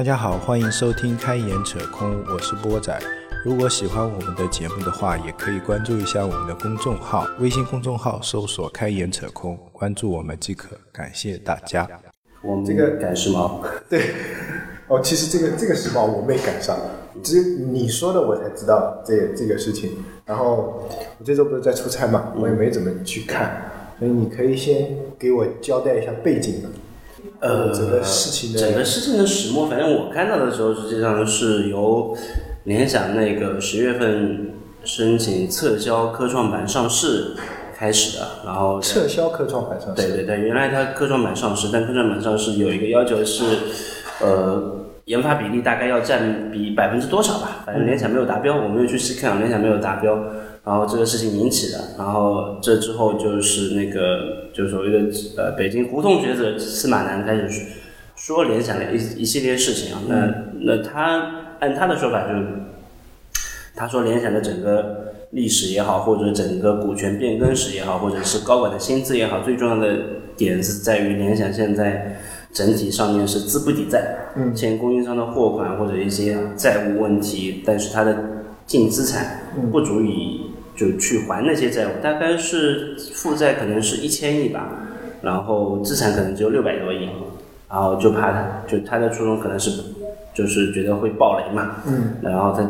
大家好，欢迎收听《开眼扯空》，我是波仔。如果喜欢我们的节目的话，也可以关注一下我们的公众号，微信公众号搜索“开眼扯空”，关注我们即可。感谢大家。我们这个赶时髦，对，哦，其实这个这个时髦我没赶上，只是你说的我才知道这这个事情。然后我这周不是在出差嘛，嗯我也没怎么去看，所以你可以先给我交代一下背景嘛，呃，整个事情的整个事情的始末，反正我看到的时候，实际上是由联想那个十月份申请撤销科创板上市开始的，然后撤销科创板上市。对对对，原来它科创板上市，但科创板上市有一个要求是，呃，研发比例大概要占比百分之多少吧？反正联想没有达标，我没有去细看，联想没有达标，然后这个事情引起的，然后这之后就是那个就所谓的呃，北京胡同学者司马南开始说说联想的一一系列事情啊，那、那他按他的说法就是。他说联想的整个历史也好，或者整个股权变更史也好，或者是高管的薪资也好，最重要的点是在于联想现在整体上面是资不抵债，嗯，欠供应商的货款或者一些债务问题，但是它的净资产不足以就去还那些债务，大概是负债可能是一千亿吧，然后资产可能只有六百多亿，然后就怕他就他的初衷可能是就是觉得会暴雷嘛，嗯，然后他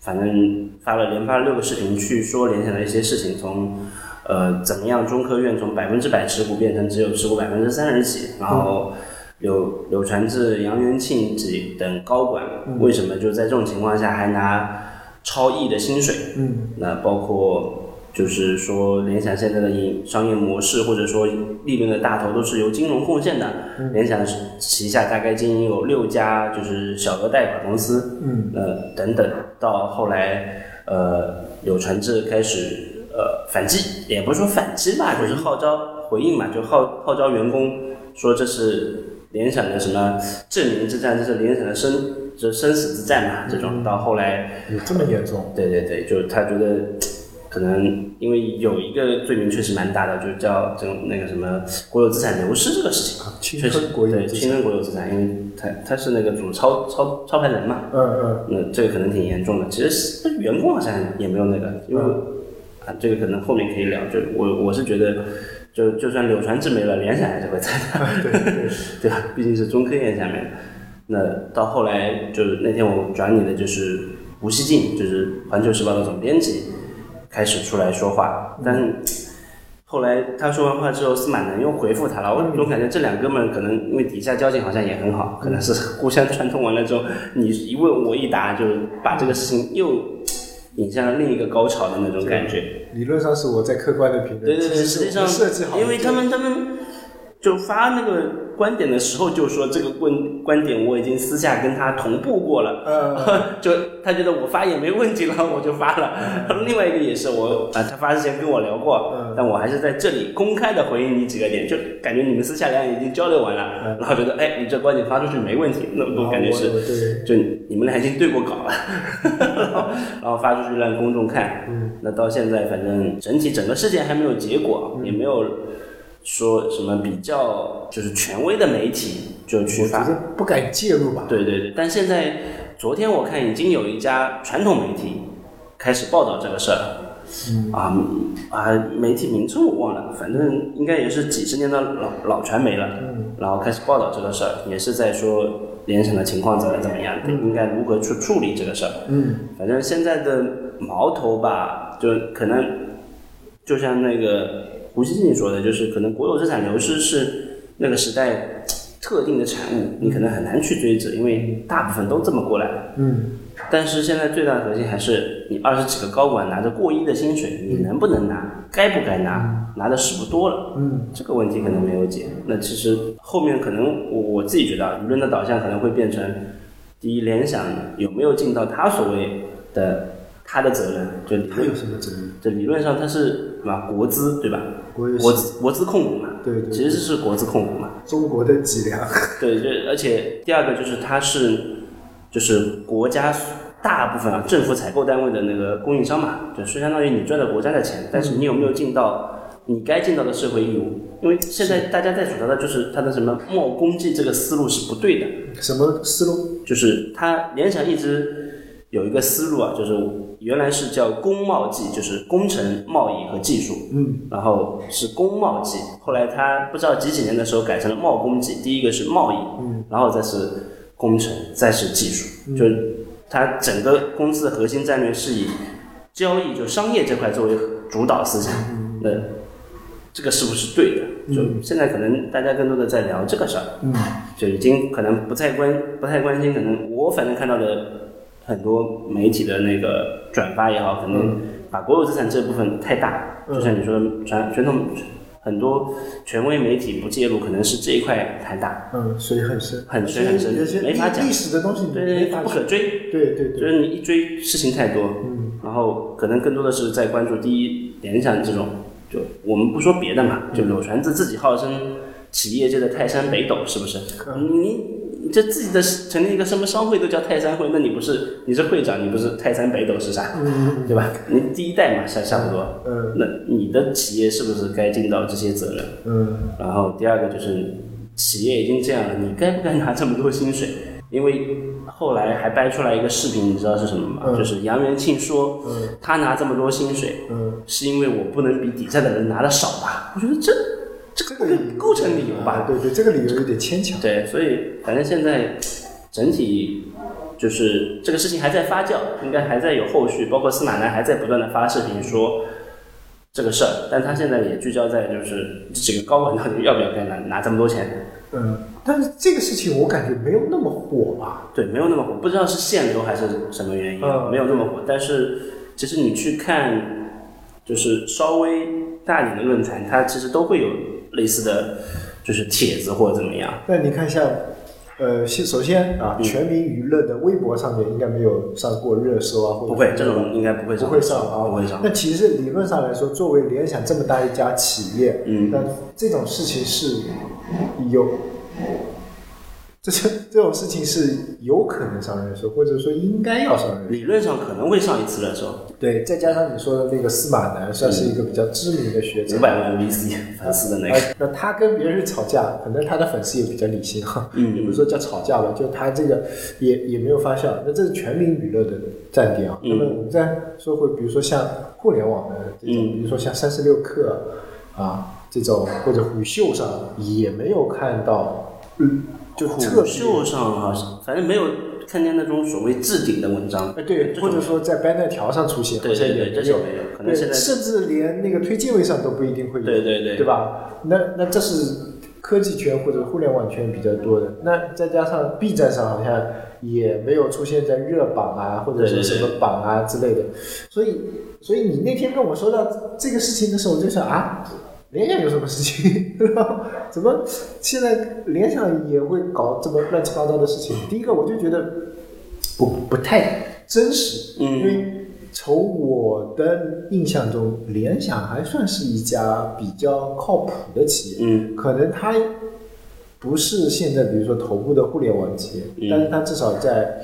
反正发了连发了六个视频去说联想的一些事情，从呃怎么样中科院从百分之百持股变成只有持股百分之三十几，然后柳柳传志、杨元庆几等高管、为什么就在这种情况下还拿超亿的薪水？嗯，那包括。就是说，联想现在的营商业模式或者说利润的大头都是由金融贡献的。联想旗下大概经营有六家就是小额贷款公司，嗯，呃等等，到后来呃柳传志开始呃反击，也不是说反击吧，就是号召回应嘛，就号号召员工说这是联想的什么证明之战，这是联想的生这生死之战嘛，这嗯种到后来。有这么严重？对对对，就是他觉得可能因为有一个罪名确实蛮大的，就是叫这种那个什么国有资产流失这个事情，侵确实吞国有对资侵啊吞国有资产，因为他他是那个主操操操盘人嘛，嗯嗯，那这个可能挺严重的。其实是员工好像也没有那个，因为、啊，这个可能后面可以聊。就我我是觉得，就就算柳传志没了，联想还是会在的，啊对 对吧？毕竟是中科院下面的。那到后来，就是那天我转你的就是胡锡进，就是《环球时报》的总编辑，开始出来说话，但是。后来他说完话之后，司马南又回复他了。嗯我总感觉这两哥们可能因为底下交情好像也很好，可能是互相串通完了之后，你一问我一答，就把这个事情又引向了另一个高潮的那种感觉。理论上是我在客观的评论，对对对，其实是我际上们设计好的，因为他们他们就发那个观点的时候就说这个观观点我已经私下跟他同步过了，呃， 就他觉得我发也没问题了，我就发了。另外一个也是我啊，他发之前跟我聊过，但我还是在这里公开的回应你几个点，就感觉你们私下俩已经交流完了，然后觉得哎，你这观点发出去没问题，那我感觉嗯啊我是对就你们俩已经对过稿了， 然后然后发出去让公众看。那到现在反正整体整个事件还没有结果，也没有说什么比较就是权威的媒体就去我发觉。得不敢介入吧。对对对，但现在昨天我看已经有一家传统媒体开始报道这个事儿了。啊啊！媒体名称我忘了，反正应该也是几十年的老老传媒了。然后开始报道这个事儿，也是在说联想的情况怎么怎么样，应该如何去处理这个事儿。嗯，反正现在的矛头吧，就可能就像那个胡锡进说的，就是可能国有资产流失是那个时代特定的产物，你可能很难去追责，因为大部分都这么过来。嗯，但是现在最大的核心还是你二十几个高管拿着过亿的薪水，你能不能拿，该不该拿，拿的是不多了，嗯，这个问题可能没有解。那其实后面可能我我自己觉得啊，舆论的导向可能会变成，第一，联想有没有尽到他所谓的他的责任，就理他论有什么责任？这理论上它是什么国资对吧？国有国资国资控股嘛，对对对其实是国资控股嘛，中国的脊梁， 对，这而且第二个就是它是就是国家大部分啊政府采购单位的那个供应商嘛，就是相当于你赚的国家的钱，但是你有没有尽到你该尽到的社会义务。因为现在大家在主张的就是他的什么莫功绩这个思路是不对的，什么思路？就是他联想一直有一个思路啊，就是原来是叫工贸技，就是工程、贸易和技术，嗯，然后是工贸技，后来他不知道几几年的时候改成了贸工技，第一个是贸易，嗯，然后再是工程，再是技术，就是它整个公司的核心战略是以交易就商业这块作为主导思想，那这个是不是对的？就现在可能大家更多的在聊这个事儿，嗯，就已经可能不太关不太关心，可能我反正看到的很多媒体的那个转发也好，可能把国有资产这部分太大，就像你说的传传统很多权威媒体不介入，可能是这一块太大，嗯，水很深，很所深以很深有些没法历讲历史的东西你对对没对，法不可讲，追，对对就对，是你一追事情太多，嗯然后可能更多的是在关注第一联想这种，就我们不说别的嘛，就柳传志自己号称企业界的泰山北斗，是不是？你嗯你你这自己的成立一个什么商会都叫泰山会，那你不是你是会长，你不是泰山北斗是啥？嗯，对吧？你第一代嘛，差差不多。嗯那你的企业是不是该尽到这些责任？嗯然后第二个就是，企业已经这样了，你该不该拿这么多薪水？ 因为后来还掰出来一个视频，你知道是什么吗？嗯就是杨元庆说，嗯他拿这么多薪水，嗯，是因为我不能比底下的人拿的少吧？我觉得这这这个不构成理由啊吧？对对，这个理由有点牵强。对，所以反正现在整体就是这个事情还在发酵，应该还在有后续，包括司马南还在不断的发视频说这个事儿，但他现在也聚焦在就是这个高管到底要不要该拿拿这么多钱，嗯，但是这个事情我感觉没有那么火吧？对，没有那么火，不知道是限流还是什么原因，嗯没有那么火，但是其实你去看就是稍微大一点的论坛，它其实都会有类似的就是帖子或者怎么样。那你看像，呃，先首先啊，嗯全民娱乐的微博上面应该没有上过热搜啊，或者不会，这种应该不会上，不会上啊，不会上。那其实理论上来说，作为联想这么大一家企业，嗯那这种事情是有，这这这种事情是有可能上热搜，或者说应该要上热搜。理论上可能会上一次热搜，对，再加上你说的那个司马南，算嗯是一个比较知名的学者五。百万 VC 粉丝的那个，啊那他跟别人吵架，可能他的粉丝也比较理性哈，嗯也不是说叫吵架吧，就他这个也也没有发酵。那这是全民娱乐的站点啊。嗯那么我们再说回，比如说像互联网的这种，嗯比如说像三十六氪啊这种，或者虎嗅上也没有看到，嗯，就特虎别嗅上好像反正没有看见那种所谓置顶的文章，哎，对，这或种者说在 banner 条上出现，对对对好像也这没是有，没有可能对现在甚至连那个推荐位上都不一定会有，对对对对吧？那那这是科技圈或者互联网圈比较多的，那再加上 B 站上好像也没有出现在热榜啊，或者对说对对什么榜啊之类的，所以所以你那天跟我说到这个事情的时候，我就想啊。联想有什么事情？ 然后怎么现在联想也会搞这么乱七八糟的事情？第一个，我就觉得不不太真实，嗯因为从我的印象中，联想还算是一家比较靠谱的企业，嗯，可能它不是现在比如说头部的互联网企业，嗯但是它至少在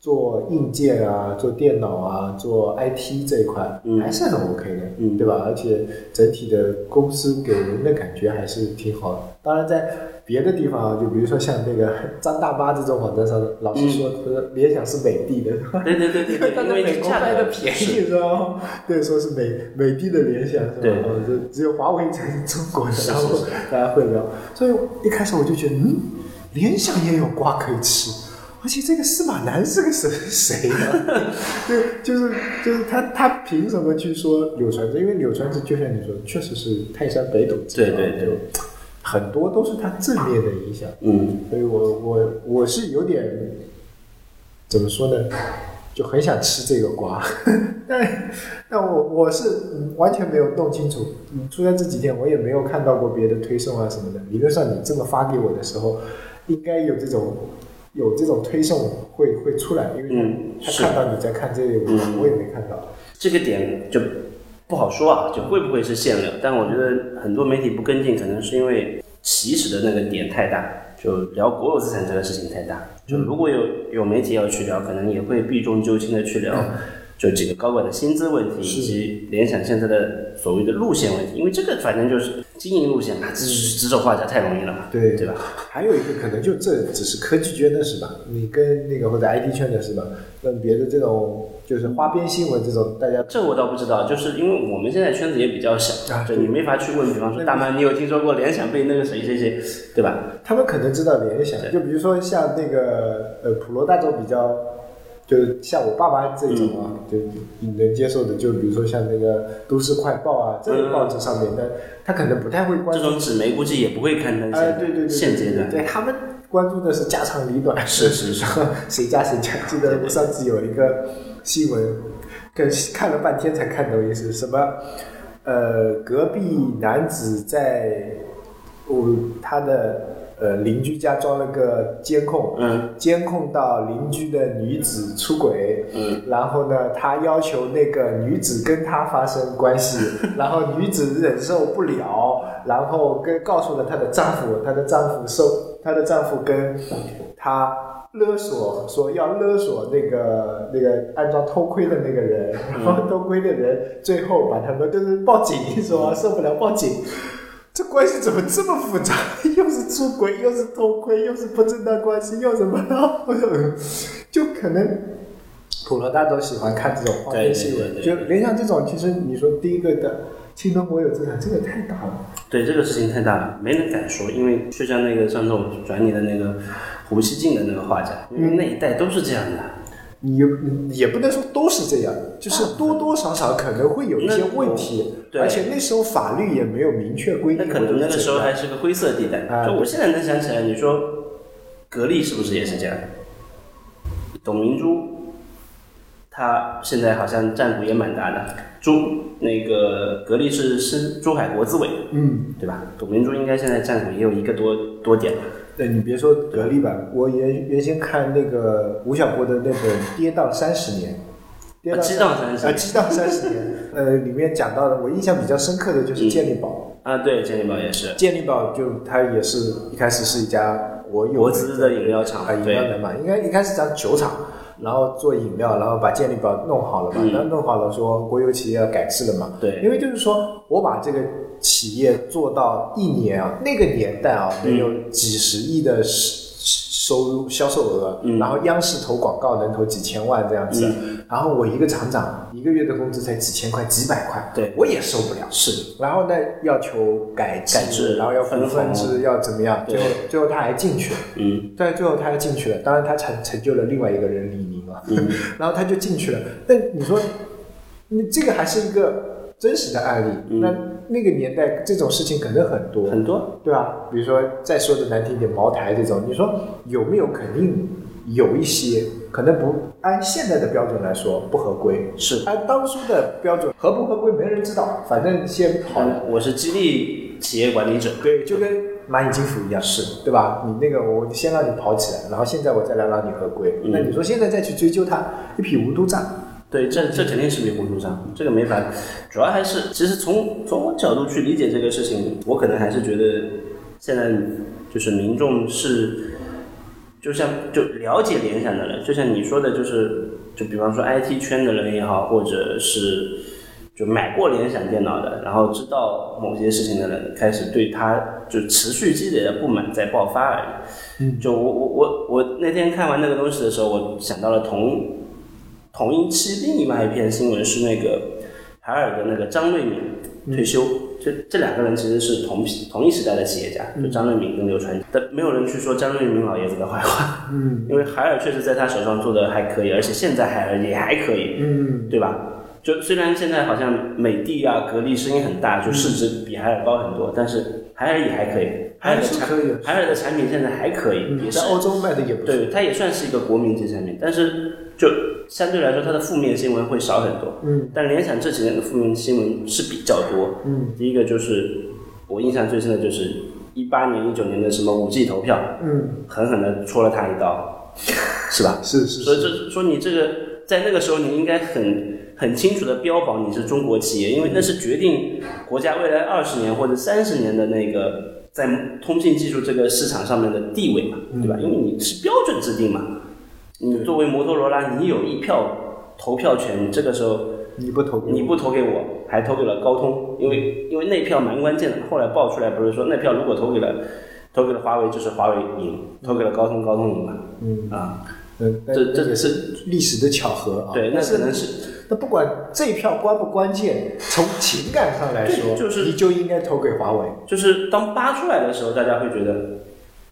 做硬件啊、做电脑啊、做 IT 这一块、嗯还是很 OK 的，嗯对吧？而且整体的公司给人的感觉还是挺好的。当然，在别的地方啊，就比如说像那个 张大妈这种网站上，老实嗯说，就是联想是美的的，对对 对对对，但因在为美这国价卖的格便是宜，是吧？对，说是美美的的联想，是吧？对哦就只有华为才是中国的，是然后是大家会聊。所以一开始我就觉得，嗯，联想也有瓜可以吃，而且这个司马南是个谁谁呢？ 对，就是就是他他凭什么去说柳传志？因为柳传志就像你说，确实是泰山北斗之对王，对对就很多都是他正面的影响。嗯，所以我我我是有点怎么说呢，就很想吃这个瓜， 但但我我是嗯完全没有弄清楚。嗯出差这几天我也没有看到过别的推送啊什么的。理论上你这么发给我的时候，应该有这种有这种推送会会出来，因为嗯他是嗯看到你在看这个，我我也没看到。这个点就不好说啊，就会不会是限流？但我觉得很多媒体不跟进，可能是因为起始的那个点太大，就聊国有资嗯产这个事情太大。就如果有有媒体要去聊，可能也会避重就轻的去聊就几个高管的薪资问题，以及联想现在的所谓的路线问题，因为这个反正就是经营路线嘛，指指手画脚太容易了嘛，对对吧？还有一个可能就这只是科技圈的事吧，你跟那个或者 IT 圈的事吧，跟别的这种就是花边新闻这种，大家这我倒不知道，就是因为我们现在圈子也比较小，啊对你没法去问，比方说大妈，你有听说过联想被那个谁谁谁，对吧？他们可能知道联想，就比如说像那个呃普罗大众比较，就是像我爸爸这种啊，就你能接受的，就比如说像那个《都市快报》啊这种报纸上面的，他可能不太会关这注。种纸媒估计也不会刊登哎，现对对对，现阶对段。对他们关注的是家长里 短，是是是，谁家谁家。记得我上次有一个新闻，跟看了半天才看懂，也是什么，呃，隔壁男子在我、他的呃邻居家装了个监控，嗯，监控到邻居的女子出轨，嗯，然后呢，他要求那个女子跟他发生关系，然后女子忍受不了，然后跟告诉了她的丈夫，她的丈夫受，她的丈夫跟她勒索，说要勒索那个那个安装偷窥的那个人，然后偷窥的人最后把他们就是报警，说受不了报警。这关系怎么这么复杂？又是出轨，又是偷窥，又是不正当关系，又什么？然后就可能普罗大众喜欢看这种花边新闻，对对就对对联想这种，其实你说第一个的新中国有资产，这个太大了。对这个事情太大了，没人敢说，因为就像那个上次我转你的那个胡锡进的那个画家，因为那一代都是这样的，你你也不能说都是这样，就是多多少少可能会有一些问题，对而且那时候法律也没有明确规那定。可能那个时候还是个灰色地带。啊就我现在能想起来，你说格力是不是也是这样？董明珠，她现在好像占股也蛮大的。珠那个格力是深珠海国资委，嗯，对吧？董明珠应该现在占股也有一个多多点了。那你别说格力吧，我原原先看那个吴晓波的那本《跌宕三十年》，跌啊宕激荡三十啊，激荡三十年，呃，里面讲到的，我印象比较深刻的就是健力宝。啊，对，健力宝也是健力宝就它也是一开始是一家国有国资的饮料厂啊，饮对料的嘛，应该一开始讲酒厂，然后做饮料，然后把健力宝弄好了嘛，嗯那、弄好了说国有企业要改制了嘛，对因为就是说我把这个企业做到一年啊，那个年代嗯啊，能有几十亿的收收入销售额，嗯然后央视投广告能投几千万这样子，然后我一个厂长一个月的工资才几千块、几百块，对我也受不了。是然后呢，要求改制，改制然后要股份分红制，要怎么样？最后最后他还进去了，嗯。对，最后他还进去了。当然，他成成就了另外一个人李宁了， 然后他就进去了。那你说，你这个还是一个真实的案例？那那个年代这种事情可能很多，很多，对吧？比如说，再说的难听一点，茅台这种，你说有没有？肯定有一些，可能不按现在的标准来说不合规，是按当初的标准合不合规没人知道，反正先跑了。我是激励企业管理者，对，就跟蚂蚁金服一样，是对吧？你那个我先让你跑起来，然后现在我再来让你合规。嗯那你说现在再去追究它，一匹无毒账。对，这这肯定是比红书上，这个没法。主要还是，其实从从我角度去理解这个事情，我可能还是觉得现在就是民众是，就像就了解联想的人，就像你说的，就是就比方说 IT 圈的人也好，或者是就买过联想电脑的，然后知道某些事情的人，开始对他就持续积累的不满在爆发而已。就我我我我那天看完那个东西的时候，我想到了同同一期另外一篇新闻是那个海尔的那个张瑞敏嗯退休，这这两个人其实是同批同一时代的企业家，嗯就张瑞敏跟刘传志，但没有人去说张瑞敏老爷子的坏话，嗯，因为海尔确实在他手上做的还可以，而且现在海尔也还可以，嗯，对吧？就虽然现在好像美的啊、格力声音很大，就市值比海尔高很多，但是海尔也还可以，海尔的还是可以嗯产海尔的产品现在还可以，也是在欧洲卖的也不错。对，它也算是一个国民级产品，但是就相对来说，它的负面新闻会少很多。嗯，但联想这几年的负面新闻是比较多。嗯，第一个就是我印象最深的就是一八年、一九年的什么五 G 投票，嗯，狠狠的戳了他一刀，是吧？是是所以是，这说你这个在那个时候，你应该很很清楚的标榜你是中国企业，因为那是决定国家未来二十年或者三十年的那个在通信技术这个市场上面的地位嗯嘛，对吧？因为你是标准制定嘛，你作为摩托罗拉，你有一票投票权，这个时候你不投给我你不投给我，还投给了高通，因为因为那票蛮关键的。后来爆出来不是说那票如果投给了投给了华为，就是华为赢；投给了高通，高通赢嘛。嗯啊，嗯，那这这那也是历史的巧合啊。对，那但可是能是那不管这一票关不关键，从情感上来说，对就是你就应该投给华为。就是当扒出来的时候，大家会觉得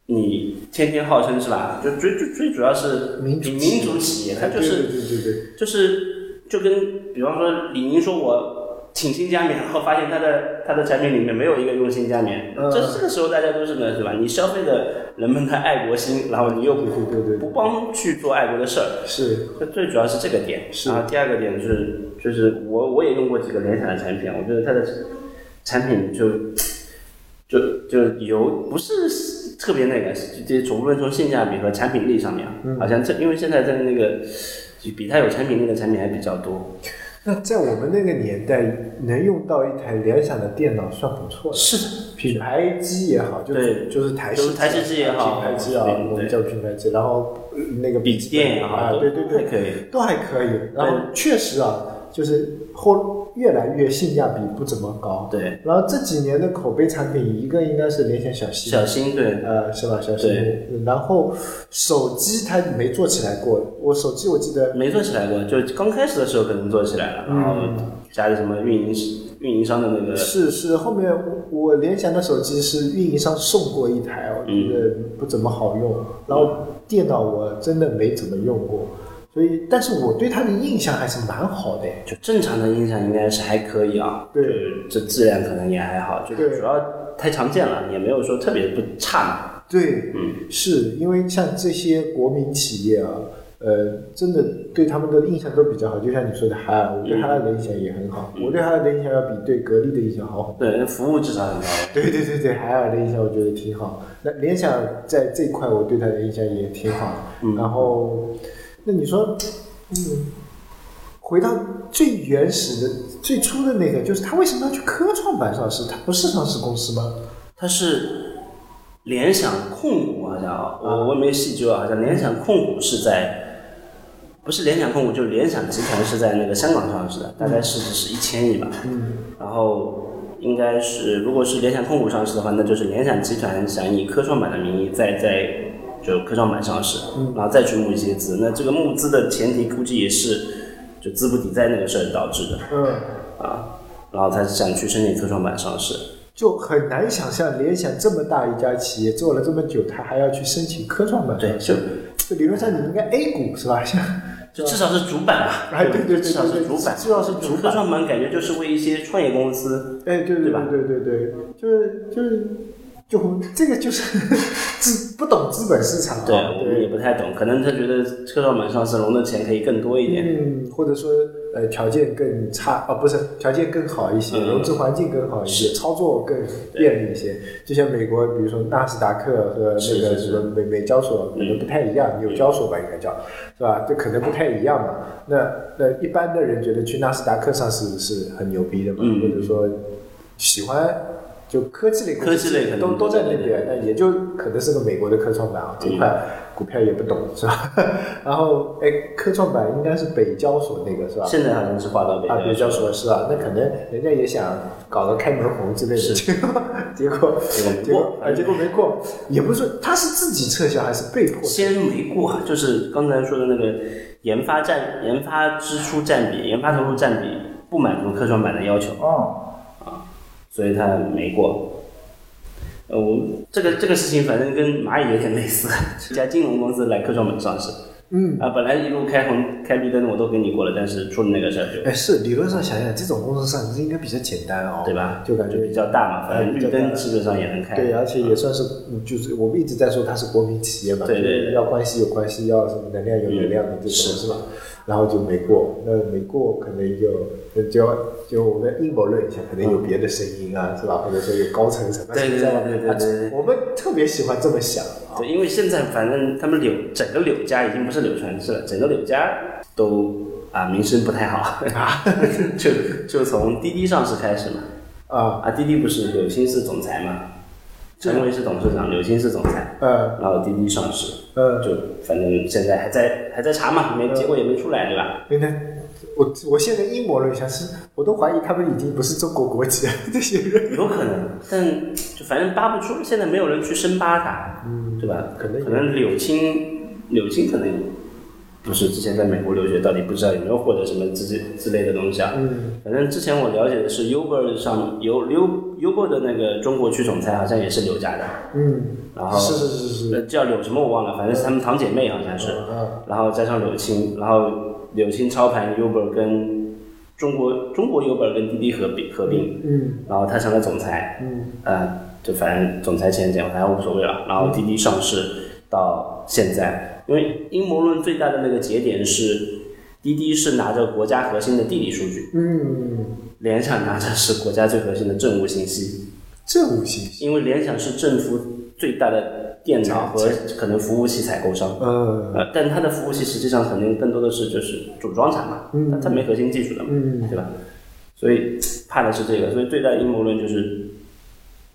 你天天号称是吧？就最最最主要是民主民族企业，它就对是对对对对，就是就跟比方说李宁说我请新加冕，然后发现他的他的产品里面没有一个用新加冕，嗯这这个时候大家都是呢，对吧？你消费了人们的爱国心，然后你又不对对对对不帮去做爱国的事儿，是这最主要是这个点。是然后第二个点就是就是我我也用过几个联想的产品，我觉得它的产品就就就有不是特别那个，就就无论从性价比和产品力上面啊，嗯好像这因为现在在那个就比它有产品力的产品还比较多。那在我们那个年代，能用到一台联想的电脑算不错的。是品牌机也好，就对就是台式就是台式机也好品牌机啊，对对我们叫品牌机。然后呃那个笔记电也好啊，都对对对，都可以，都还可以。然后确实啊，就是后越来越性价比不怎么高。对。然后这几年的口碑产品，一个应该是联想小溪，小新对，呃，是吧？小溪嗯对。然后手机它没做起来过，我手机我记得没做起来过，就刚开始的时候可能做起来了，然后嗯加了什么运营运营商的那个是是后面我我联想的手机是运营商送过一台，我觉得不怎么好用。然后电脑我真的没怎么用过，所以但是我对它的印象还是蛮好的。就正常的音响应该是还可以啊，对就是这质量可能也还好，就是对主要太常见了，也没有说特别不差对，嗯，是因为像这些国民企业啊，呃，真的对他们的印象都比较好。就像你说的海尔，我对海尔的印象也很好，我对海尔的印象要比对格力的印象好很多。嘛。对，服务至少很高。对对对对，海尔的印象我觉得挺好。那联想在这一块，我对它的印象也挺好。然后，那你说，嗯，回到最原始的、最初的那个，就是它为什么要去科创板上市？它不是上市公司吗？它是联想控股好像啊，我我也没细究啊，好像联想控股是在，不是联想控股，就是联想集团是在那个香港上市的，大概市值是一千亿吧。嗯。然后应该是，如果是联想控股上市的话，那就是联想集团想以科创板的名义再再就科创板上市，然后再去募一些资。那这个募资的前提估计也是就资不抵债那个事儿导致的嗯。啊，然后他想去申请科创板上市。就很难想象联想这么大一家企业做了这么久，它还要去申请科创板对上市。就理论上你应该 A 股是吧？像就至少是主板吧，哎对对对至少是主板，至少是主板科创板感觉就是为一些创业公司，哎，对对对吧对对对对，就是就是就我们这个就是 资不懂资本市场啊，对我们对，也不太懂，可能他觉得科创板上市融的钱可以更多一点，嗯，或者说呃条件更差啊，不是条件更好一些，嗯融资环境更好一些，操作更便利一些。就像美国，比如说纳斯达克和是那个是是嗯什么美美交所可能不太一样，纽交所吧应该叫，是吧？这可能不太一样嘛。那那一般的人觉得去纳斯达克上市是很牛逼的嘛，嗯或者说喜欢就科技类公司科技类可能都都在那对对边，那也就可能是个美国的科创板啊，这块股票也不懂 是吧？然后哎，科创板应该是北交所那个是吧？现在好像是划到北啊，北交交，所是吧？那可能人家也想搞个开门红之类的，结果 结果结结果果啊，结果没过，也不是他是自己撤销还是被迫撤销？先没过，啊就是刚才说的那个研发占研发支出占比、研发投入占比不满足科创板的要求，哦，所以他没过。呃，我这个这个事情反正跟蚂蚁有点类似， 一家金融公司来科创板上市，嗯，啊，本来一路开红开绿灯我都给你过了，但是出了那个事儿就，哎，是理论上想想，这种公司上市应该比较简单哦，对吧？就感觉比较大嘛，反正哎比绿较大灯基本上也能开。对，而啊且也算是，嗯就是我们一直在说它是国民企业嘛，对对对嗯要关系有关系，要什么能量有能量的这种是吧？然后就没过，那没过可能就那就就我们阴谋论一下，可能有别的声音啊，是吧？或者说有高层什么嗯对对什么对对啊对对对我们特别喜欢这么想啊，对，因为现在反正他们柳整个柳家已经不是柳传志了，整个柳家都啊名声不太好， 就就从滴滴上市开始嘛，啊，啊，滴滴不是柳青是总裁嘛，陈伟是董事长，柳青是总裁，呃然后滴滴上市，呃，就反正现在还在还在查嘛，没结果也没出来，对吧？因为他我我现在阴谋论一下，是我都怀疑他们已经不是中国国籍了， 这些人有可能，但就反正扒不出，现在没有人去深扒他，对吧？可嗯能有可能柳青，柳青可能不是之前在美国留学，到底不知道有没有获得什么之之类的东西啊。嗯，反正之前我了解的是，Uber 上有 U Uber 的那个中国区总裁好像也是柳家的，嗯，然后是是是是是，呃叫柳什么我忘了，反正是他们堂姐妹好像是。嗯，然后加上柳青，然后柳青操盘 Uber 跟中国中国 Uber 跟滴滴合并合并，嗯然后他成了总裁，嗯，呃，就反正总裁前检反正无所谓了。然后滴滴上市到现在，因为阴谋论最大的那个节点是滴滴是拿着国家核心的地理数据，嗯，联想拿着是国家最核心的政务信息，正午信息，因为联想是政府最大的电脑和可能服务器采购商。嗯呃，但它的服务器实际上肯定更多的是就是组装产嘛，嗯它它没核心技术的嘛，嗯对吧？所以怕的是这个，所以最大的阴谋论就是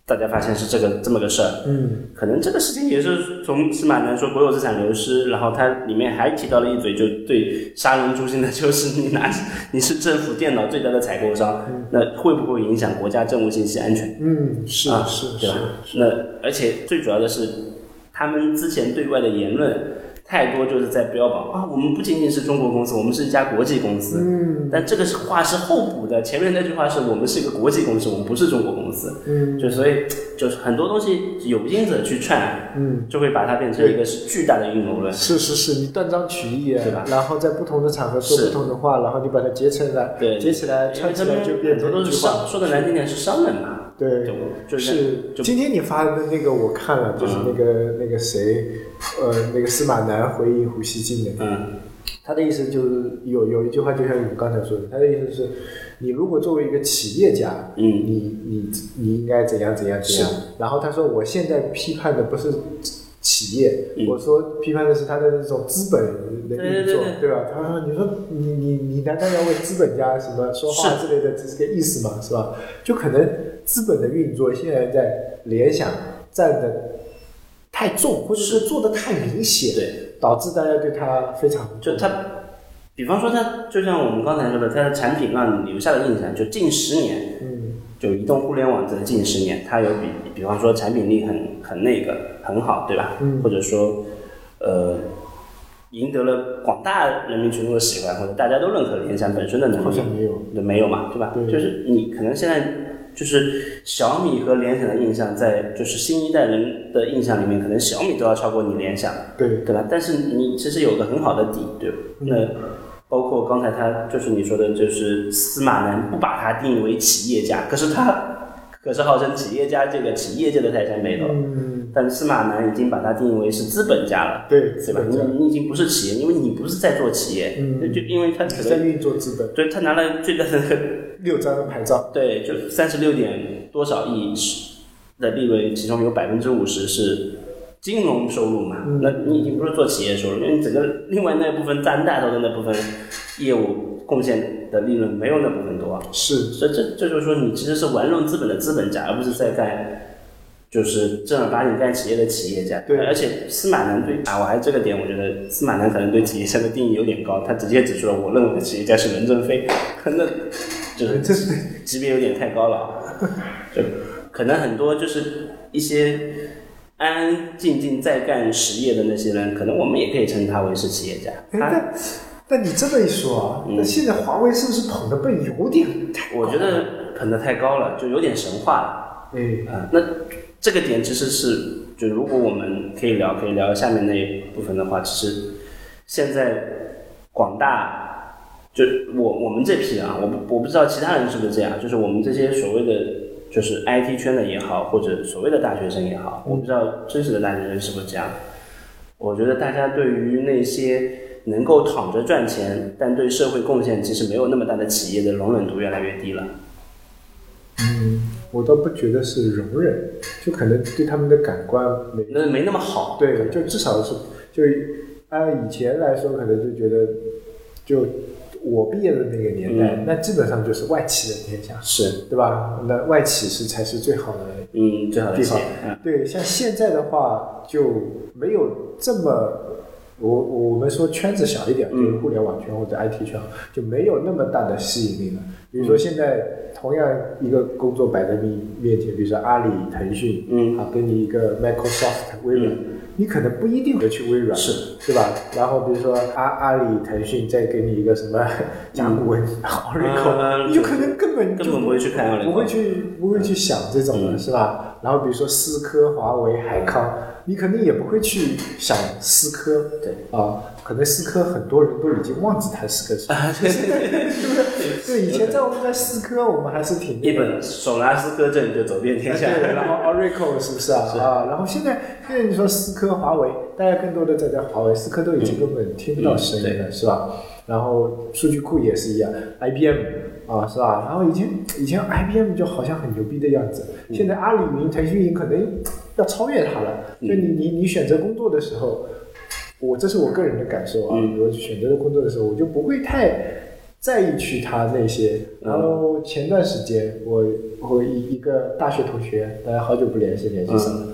大家发现是这个这么个事儿，嗯可能这个事情也是从司马南说国有资产流失，然后它里面还提到了一嘴，就对杀人诛心的就是你拿你是政府电脑最大的采购商，那会不会影响国家政务信息安全？嗯，是啊是对吧是，？那而且最主要的是，他们之前对外的言论太多就是在标榜啊，我们不仅仅是中国公司，我们是一家国际公司。嗯但这个是话是后补的，前面那句话是我们是一个国际公司，我们不是中国公司。嗯就所以就是很多东西有因者去串，嗯，就会把它变成一个是巨大的阴谋论。是是是，你断章取义，啊是吧然后在不同的场合说是不同的话，然后你把它结成来，对结起来因为串他起们呃来就变很成多都一是句商，话。说的难听点是商人嘛，对就，就是嗯是就今天你发的那个我看了，就是那个那个谁，呃，那个司马南回忆胡锡进的，嗯他的意思就是有有一句话，就像你们刚才说的，他的意思是，你如果作为一个企业家，嗯你你你应该怎样怎样怎样。然后他说，我现在批判的不是企业，嗯我说批判的是他的那种资本的运作，对对对对吧？他说，你说你你你难道要为资本家什么说话是之类的，这是个意思吗？是吧？就可能资本的运作现在在联想占的太重，或者说做的太明显，对。导致大家对他非常就它，比方说它，就像我们刚才说的，它的产品让你留下的印象，就近十年，嗯就移动互联网的近十年，它有比，比方说产品力很很那个很好，对吧？嗯或者说，呃，赢得了广大人民群众的喜欢，或者大家都认可联想本身的能力，好像没有对没有嘛，对吧？对就是你可能现在就是小米和联想的印象，在就是新一代人的印象里面，可能小米都要超过你联想。对，对吧？但是你其实有个很好的底，对吧？那包括刚才他就是你说的，就是司马南不把他定为企业家，可是他可是号称企业家这个企业界的泰山北斗，嗯，但司马南已经把他定为是资本家了，对，对资吧？本你家你已经不是企业，因为你不是在做企业，嗯就因为他只可在能运作资本，对他拿了最大的那个六张的牌照，对，就三十六点多少亿的利润，其中有百分之五十是金融收入嘛？嗯那你已经不是做企业收入，因为你整个另外那部分占大头的那部分业务贡献的利润没有那部分多啊。是所以这这就是说，你其实是玩弄资本的资本家，而不是在干。就是正儿八经干企业的企业家，对而且司马南对啊，我还这个点，我觉得司马南可能对企业家的定义有点高，他直接指出了我认为的企业家是任正非， 那就 是这是级别有点太高了 啊，就可能很多就是一些安安静静在干实业的那些人，可能我们也可以称他为是企业家。哎他，但但你这么一说啊，那现在华为是不是捧的被有点太高我了？觉得捧得太高了，就有点神话了哎，啊、那这个点其实是，就如果我们可以聊，可以聊下面那一部分的话，其实现在广大。就我我们这批人啊，我不我不知道其他人是不是这样，就是我们这些所谓的就是 IT 圈的也好，或者所谓的大学生也好，我不知道真实的大学生是不是这样。我觉得大家对于那些能够躺着赚钱，但对社会贡献其实没有那么大的企业的容忍度越来越低了。我倒不觉得是容忍，就可能对他们的感官没那没那么好。对，就至少是就呃按以前来说，可能就觉得就我毕业的那个年代，那基本上就是外企的天下，是，对吧？那外企是才是最好的嗯，最好的地企方业。嗯。对，像现在的话就没有这么我我们说圈子小一点，嗯就是互联网圈或者 IT 圈，就没有那么大的吸引力了。比如说现在同样一个工作摆在面面前，比如说阿里、腾讯，嗯啊，给你一个 Microsoft 微软，你可能不一定会去微软，是是吧？然后比如说阿阿里、腾讯再给你一个什么 甲骨文、Oracle，嗯你就可能根本就根本不会去看 Oracle 不会去不会去想这种嗯的，是吧？然后比如说思科、华为、海康，你肯定也不会去想思科，对啊，可能思科很多人都已经忘记它思科是什么。对对对啊对 对，以前在我们在思科，我们还是挺一本手拿思科证就走遍天下。对，然后 Oracle 是不是啊？啊，然后现在现在你说思科、华为，大家更多的在在华为，思科都已经根本听不到声音了，是吧？然后数据库也是一样，IBM 啊，是吧？然后以前以前 IBM 就好像很牛逼的样子，现在阿里云、腾讯云可能要超越它了。就你你你选择工作的时候，我这是我个人的感受啊，我选择的工作的时候，我就不会太。在意去他那些，然后前段时间我我一一个大学同学，大家好久不联系，联系上了，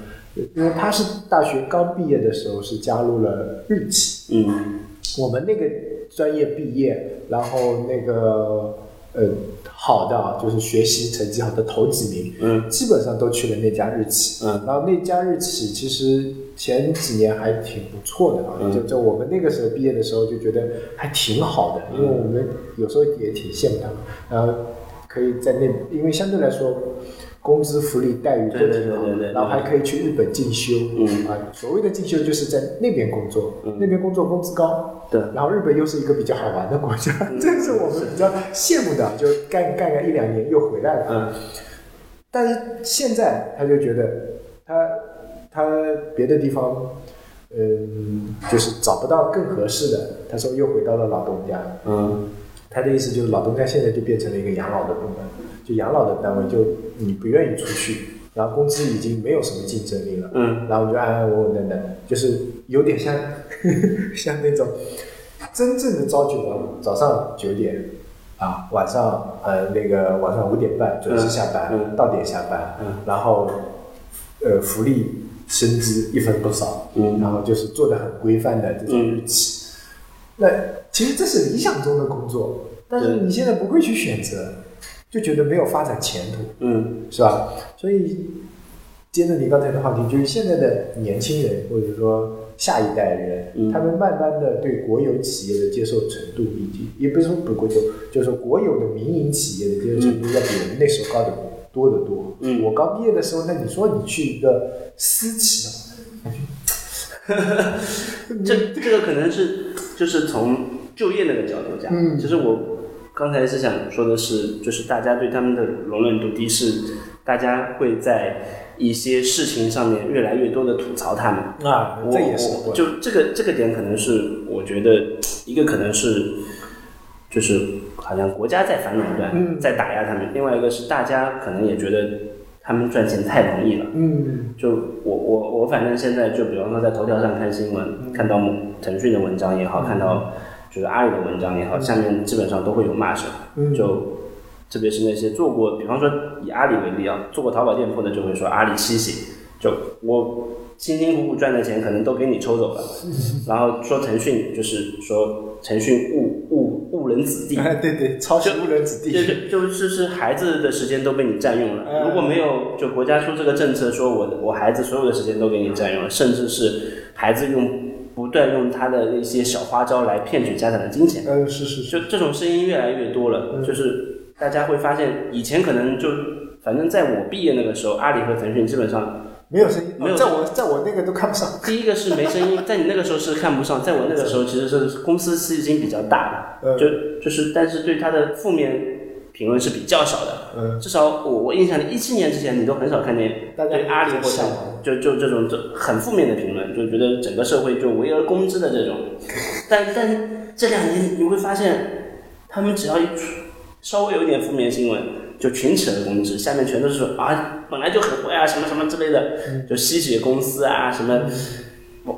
因为他是大学刚毕业的时候是加入了日企，嗯，我们那个专业毕业，然后那个呃好的啊就是学习成绩好的头几名，嗯，基本上都去了那家日企，嗯，然后那家日企其实前几年还挺不错的啊，嗯就就我们那个时候毕业的时候就觉得还挺好嗯的，因为我们有时候也挺羡慕他们，然后可以在那，因为相对来说。工资福利待遇都对对挺好对对对然后还可以去日本进修，嗯啊，所谓的进修就是在那边工作，那边工作工资高，对嗯然后日本又是一个比较好玩的国家， 这是我们比较羡慕的，就干干个一两年又回来了。嗯，但是现在他就觉得他他别的地方，嗯，就是找不到更合适的，他说又回到了老东家。嗯，他的意思就是老东家现在就变成了一个养老的部门，就养老的单位，就你不愿意出去，然后工资已经没有什么竞争力了，嗯，然后你就安安稳稳的等，就是有点像 像那种真正的朝九晚五，早上九点啊，晚上呃那个晚上五点半准时下班，嗯嗯到点下班，嗯然后呃福利薪资一分不少，嗯然后就是做的很规范的这种日企。那其实这是理想中的工作，但是对你现在不会去选择，就觉得没有发展前途，嗯，是吧？所以接着你刚才的话题，就是现在的年轻人或者说下一代人，嗯他们慢慢的对国有企业的接受程度，以及也不是说不国有，就是说国有的民营企业的接受程度要比我们那时候高得多得多。嗯我刚毕业的时候，那你说你去一个私企啊，这这个可能是就是从就业那个角度讲，嗯其实我刚才是想说的是，就是大家对他们的容忍度低是，大家会在一些事情上面越来越多的吐槽他们。啊我这也是我会就这个这个点可能是我觉得一个可能是就是好像国家在反垄断，嗯在打压他们；另外一个是大家可能也觉得他们赚钱太容易了。嗯就我我我反正现在就比方说在头条上看新闻，嗯看到腾讯的文章也好，看到就是阿里的文章也好，下面基本上都会有骂声，嗯就特别是那些做过，比方说以阿里为例啊，做过淘宝店铺的就会说阿里吸血，就我辛辛苦苦赚的钱可能都给你抽走了，嗯然后说腾讯就是说腾讯误误误人子弟，哎对对，抄袭误人子弟，就是就是是孩子的时间都被你占用了。如果没有就国家出这个政策，说我我孩子所有的时间都给你占用了，甚至是孩子用不断用他的那些小花招来骗取家长的金钱，嗯，是是是，就这种声音越来越多了。就是大家会发现，以前可能就反正在我毕业那个时候，阿里和腾讯基本上没有声音，啊没有在我在我那个都看不上。第一个是没声音，在你那个时候是看不上，在我那个时候其实是公司是已经比较大嗯了，就就是但是对它的负面评论是比较少的。嗯，至少我我印象里，一七年之前你都很少看见大家对阿里或者向就就这种这很负面的评论，就觉得整个社会就围而攻之的 这种。但但是这两年你会发现，他们只要一出稍微有一点负面新闻，就群起而攻之，下面全都是说啊本来就很坏啊什嗯么什么之类的，就吸血公司啊什么。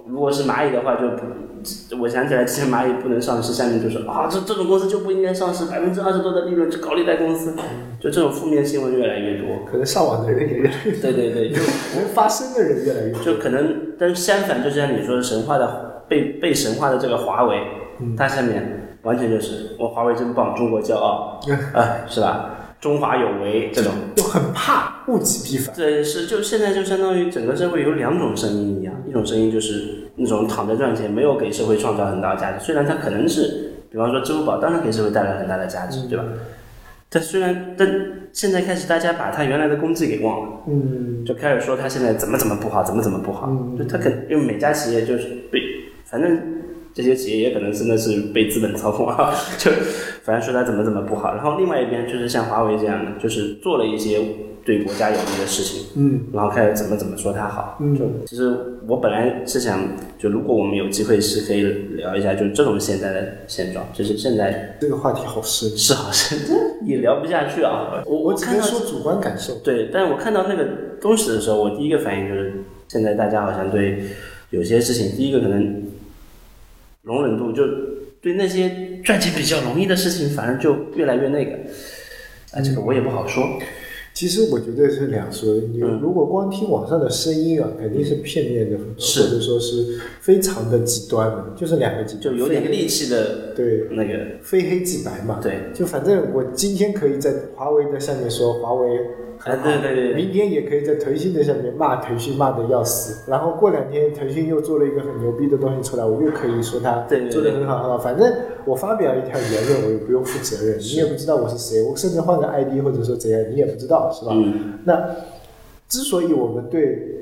如果是蚂蚁的话，就不我想起来之前蚂蚁不能上市，下面就说啊，这这种公司就不应该上市，百分之二十多的利润去搞利贷公司，嗯就这种负面新闻越来越 多。可能上网的人也越来越对对对，就能发声的人越来越多。就可能，但是相反，就像你说的，神话的被被神话的这个华为，它下面完全就是我华为真棒，中国骄傲，啊，是吧？中华有为这种， 就很怕物极必反。对，是就现在就相当于整个社会有两种声音一样，一种声音就是那种躺着赚钱，没有给社会创造很大的价值，虽然它可能是，比方说支付宝，当然给社会带来很大的价值，对吧？但虽然，但现在开始大家把它原来的功绩给忘了。嗯，就开始说他现在怎么怎么不好，怎么怎么不好。嗯就他肯，因为每家企业就是被，反正这些企业也可能真的是被资本操控啊， 就反正说他怎么怎么不好。然后另外一边就是像华为这样的，就是做了一些对国家有利的事情，嗯，然后开始怎么怎么说他好。嗯就其实我本来是想，就如果我们有机会是可以聊一下，就是这种现在的现状，就是现在这个话题好深，是好是， 也聊不下去啊。我我只看能到说主观感受。对，但我看到那个东西的时候，我第一个反应就是，现在大家好像对有些事情，第一个可能容忍度就对那些赚钱比较容易的事情，反而就越来越那个。啊，这个我也不好说。其实我觉得是两说，你嗯如果光听网上的声音啊，肯定是片面的，是或者说是非常的极端的，就是两个极端，就有点戾气的对，那个，非黑即白嘛。对，就反正我今天可以在华为的下面说华为哎，很好，对对对对，明天也可以在腾讯的下面骂腾讯骂的要死，然后过两天腾讯又做了一个很牛逼的东西出来，我又可以说它对对对做的很好很好。反正我发表一条言论，我也不用负责任，你也不知道我是谁，我甚至换个 ID 或者说怎样，你也不知道是吧？嗯，那之所以我们对，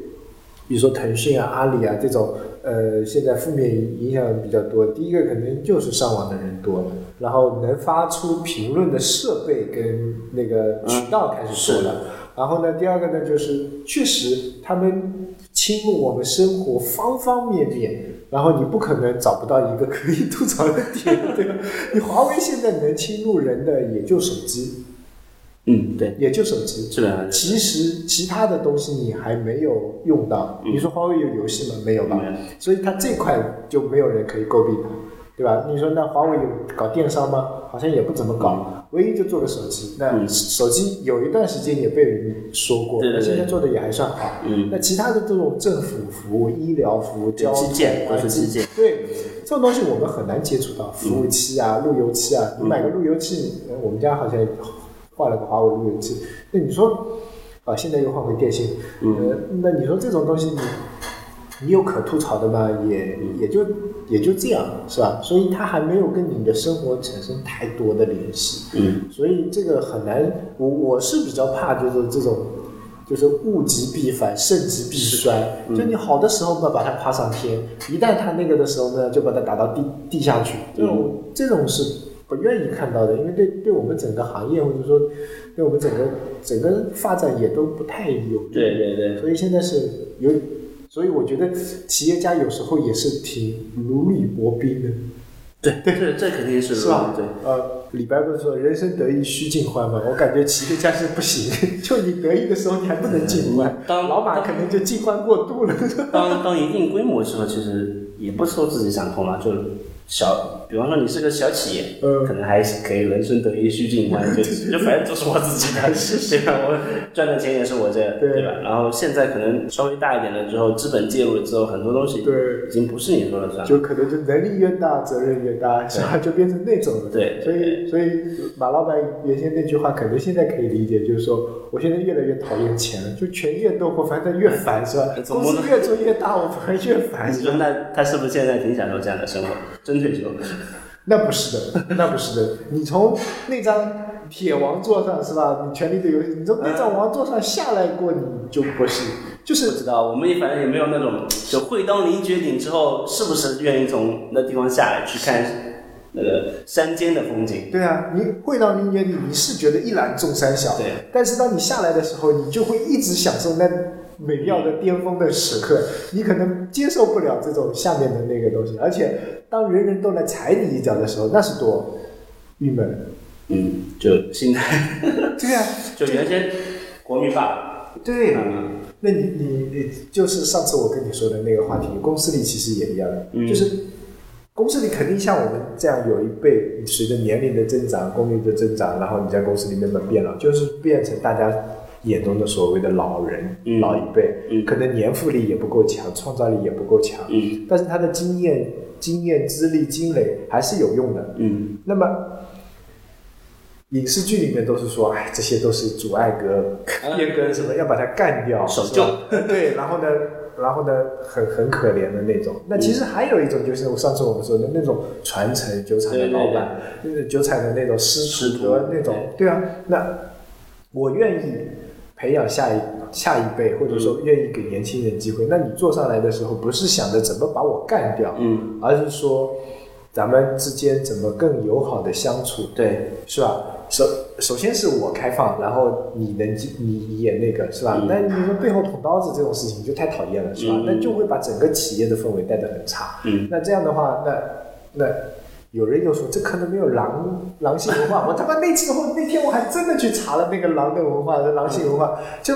比如说腾讯啊、阿里啊这种，呃，现在负面影响比较多，第一个可能就是上网的人多了，然后能发出评论的设备跟那个渠道开始多了。然后呢，第二个呢，就是确实他们侵入我们生活方方面面，然后你不可能找不到一个可以吐槽的点，对吧？你华为现在能侵入人的也就手机，嗯，对，也就手机，基本上其实其他的东西你还没有用到，嗯你说华为有游戏吗？没有吧没有，所以它这块就没有人可以诟病它，对吧？你说那华为有搞电商吗？好像也不怎么搞，唯一就做个手机。那嗯手机有一段时间也被人说过，对那对对现在做的也还算好。嗯，那其他的这种政府服务、医疗服务、交通基建环都是境基建对这种东西我们很难接触到，服务器啊、嗯路由器啊，你买个路由器，呃我们家好像换了个华为路由器，那你说啊，现在又换回电信，嗯呃，那你说这种东西你。你有可吐槽的吗？也嗯也就也就这样，是吧？所以它还没有跟你的生活产生太多的联系。嗯，所以这个很难，我我是比较怕就是这种，就是物极必反，盛极必衰。就你好的时候呢，把它爬上天；一旦它那个的时候呢，就把它打到地地下去。这种这种是不愿意看到的，因为对对我们整个行业或者说对我们整个整个发展也都不太有利。对对对，所以现在是有，所以我觉得企业家有时候也是挺如履薄冰的。对对，这这肯定是是吧？对，呃，李白不是说“人生得意须尽欢”吗？我感觉企业家是不行， 就你得意的时候你还不能尽欢，嗯当老板可能就尽欢过 度了。当当一定规模之后，其实也不说自己想通了，就小，比方说你是个小企业，嗯可能还可以人生得意须尽欢， 就就反正都是我自己的，对吧？我赚的钱也是我这，对对吧？然后现在可能稍微大一点了之后，资本介入了之后，很多东西对已经不是你说了算。就可能就能力越大，责任越大，是吧？就变成那种了。对所以所以马老板原先那句话，可能现在可以理解，就是说我现在越来越讨厌钱了，就权越多，我反正越烦，是吧？嗯怎么公能司越做越大，我反而越烦，你是吧说？那他是不是现在挺享受这样的生活？真退休，那不是的，那不是的。你从那张铁王座上是吧？你《权力的游戏》，你从那张王座上下来过，你就不是，就不是知道我们也反正也没有那种，就会当凌绝顶之后，是不是愿意从那地方下来去看那个山间的风景？对啊。你会到明年里，你是觉得一览众山小，对。但是当你下来的时候，你就会一直享受那美妙的巅峰的时刻。你可能接受不了这种下面的那个东西，而且当人人都来踩你一脚的时候，那是多郁闷。嗯，就心态，对啊， 就原先国民爸，对啊嗯那你你你就是上次我跟你说的那个话题，公司里其实也一样，嗯就是公司里肯定像我们这样有一辈，随着年龄的增长、功力的增长，然后你在公司里慢慢变老，就是变成大家眼中的所谓的老人、嗯老一辈，嗯可能年富力也不够强，创造力也不够强，嗯但是他的经验、经验、资历、积累还是有用的。嗯那么影视剧里面都是说，哎，这些都是阻碍哥、变更什么，要把它干掉，啊守是旧吧。 对，然后呢，然后呢，很很可怜的那种。那其实还有一种，就是我上次我们说的那种传承酒厂的对对老板，呃酒厂的那种师师徒的徒那种，对啊。那我愿意培养下一下一辈，或者嗯说愿意给年轻人机会。那你坐上来的时候，不是想着怎么把我干掉，嗯，而是说咱们之间怎么更友好的相处，对，是吧？首首先是我开放，然后你能接你演那个是吧？那、你说背后捅刀子这种事情就太讨厌了，是吧？嗯那就会把整个企业的氛围带得很差。嗯那这样的话，那那有人又说这可能没有狼狼性文化，我他妈那次后那天我还真的去查了那个狼的文化，狼性文化嗯就。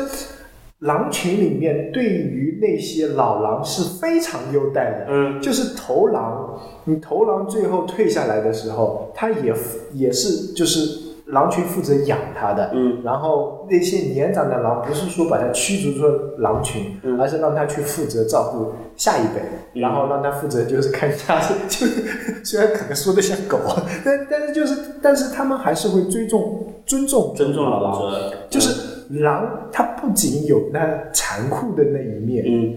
狼群里面对于那些老狼是非常优待的，嗯就是头狼，你头狼最后退下来的时候，它也也是就是狼群负责养它的，嗯然后那些年长的狼不是说把它驱逐出狼群，嗯而是让它去负责照顾下一辈，嗯然后让它负责就是看家，就是 虽然可能说的像狗，啊 但但是就是但是他们还是会尊重尊重尊重老老狼，者，就是狼它不仅有那残酷的那一面，嗯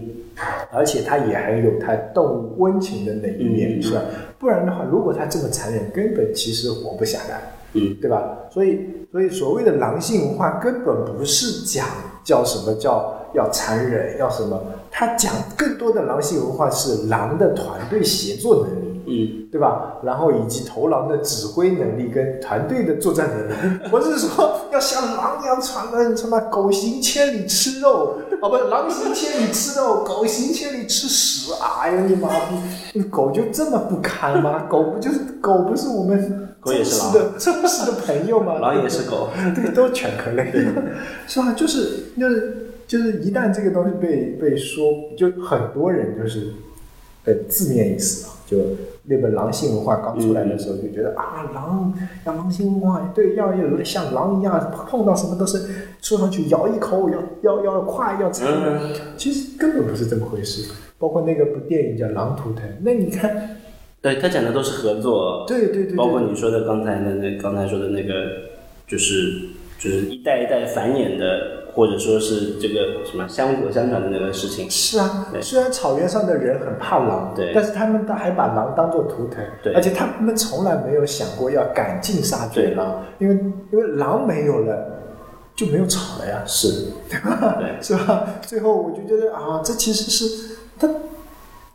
而且它也还有它动物温情的那一面，嗯是吧？不然的话，如果它这么残忍，根本其实活不下来，嗯对吧？所以，所以所谓的狼性文化根本不是讲叫什么叫要残忍，要什么，它讲更多的狼性文化是狼的团队协作能力。嗯对吧？然后以及头狼的指挥能力跟团队的作战能力， 不是说要像狼一样传的什么狗行千里吃肉，哦不，狼行千里吃肉， 狗行千里吃屎。哎呀你妈逼，狗就这么不堪吗？狗不就是狗不是我们狗也忠是实狼的忠实的朋友吗？嗯，狼也是狗， 对，都是犬科类， 是吧？就是就是就是，一旦这个东西被被说，就很多人就是呃字面意思啊，就那本狼性文化刚出来的时候，就觉得、啊，狼要狼性文化，对，要要像狼一样，碰到什么都是冲上去咬一口，要要要快，要残忍。嗯其实根本不是这么回事。包括那个部电影叫《狼图腾》，那你看，对他讲的都是合作，对对对对，包括你说的刚才的那刚才说的那个，就是就是一代一代繁衍的，或者说是这个什么相辅相成的那个事情，是啊，对虽然草原上的人很怕狼，对但是他们还把狼当做图腾，对而且他们从来没有想过要赶尽杀绝狼，因为因为狼没有了，就没有草了呀，是，对吧？对是吧？ 最后我就觉得啊，这其实是它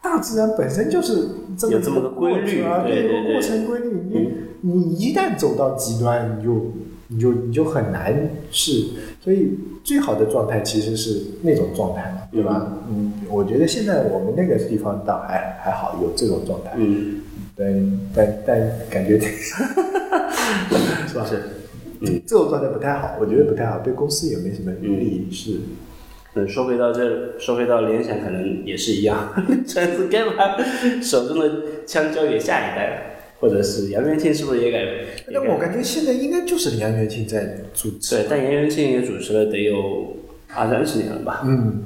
大自然本身就是这么有这么个规律啊，对对有个对过程规律，你、嗯你一旦走到极端，你就你就你就很难是，所以最好的状态其实是那种状态嘛，对吧？嗯，我觉得现在我们那个地方倒还还好，有这种状态，嗯但但但感觉 是吧？是，嗯这种状态不太好，我觉得不太好，对公司也没什么利益。是，嗯，说回到这，说回到联想，可能也是一样， 上次该把手中的枪交给下一代了，或者是杨元庆是不是也改？也但改我感觉现在应该就是梁元庆在主持。对，但杨元庆也主持了得有二三十年了吧？嗯，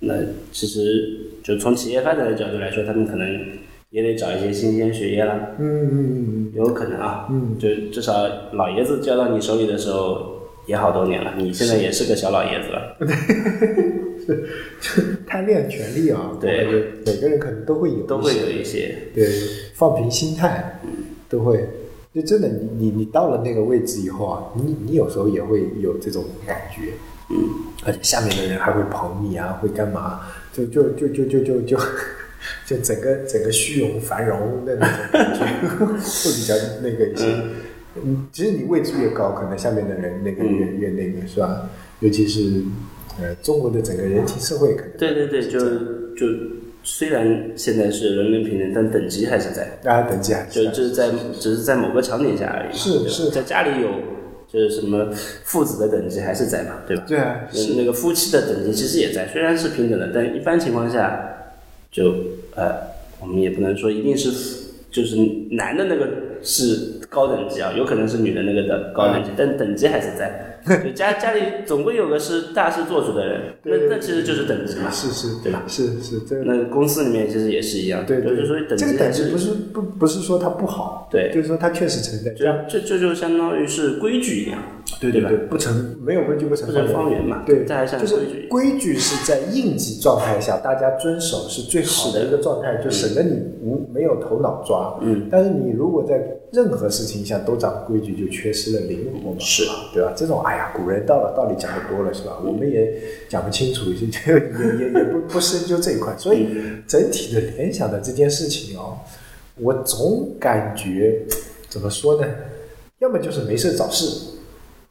那其实就从企业发展的角度来说，他们可能也得找一些新鲜血液啦，嗯嗯嗯有可能啊。嗯，就至少老爷子交到你手里的时候也好多年了，你现在也是个小老爷子了。嗯，贪恋权利啊，我对感觉每个人可能都会有，都会有一些，对，放平心态，都会。就真的，你你你到了那个位置以后啊，你你有时候也会有这种感觉，嗯，而且下面的人还会捧你啊，会干嘛？就就就就就就就就整个整个虚荣繁荣的那种感觉，会比较那个一些。嗯，其实你位置越高，可能下面的人那个越、越那个是吧？尤其是呃中国的整个人情社会，可能对对对，就就虽然现在是人人平等，但等级还是在。大家等级还就是这是在只是在某个场景下而已嘛，是对吧是在家里有就是什么父子的等级还是在嘛，对吧？对啊，那那个夫妻的等级其实也在，虽然是平等的，但一般情况下就呃，我们也不能说一定是就是男的那个是高等级啊，有可能是女的那个的高等级，但等级还是在。就家家里总归有个是大事做主的人，那对对那其实就是等级嘛。是是，对吧是是，这个那公司里面其实也是一样，对就对，是说等级这个等还级是不是不不是说它不好，对就是说它确实存在，就这这就相当于是规矩一样，对对吧对，不成没有规矩不成不成方圆。圆嘛。对，这还像就规是矩。规矩是在应急状态下，大家遵守是最好的一个状态，就省得你无没有头脑抓。嗯，但是你如果在任何事情下都讲规矩，就缺失了灵活嘛，是嗯对吧？这种哎呀，古人到了道理讲的多了是吧？我们也讲不清楚，也 也也也不不深究这一块，所以嗯整体的联想的这件事情哦，我总感觉怎么说呢？要么就是没事找事，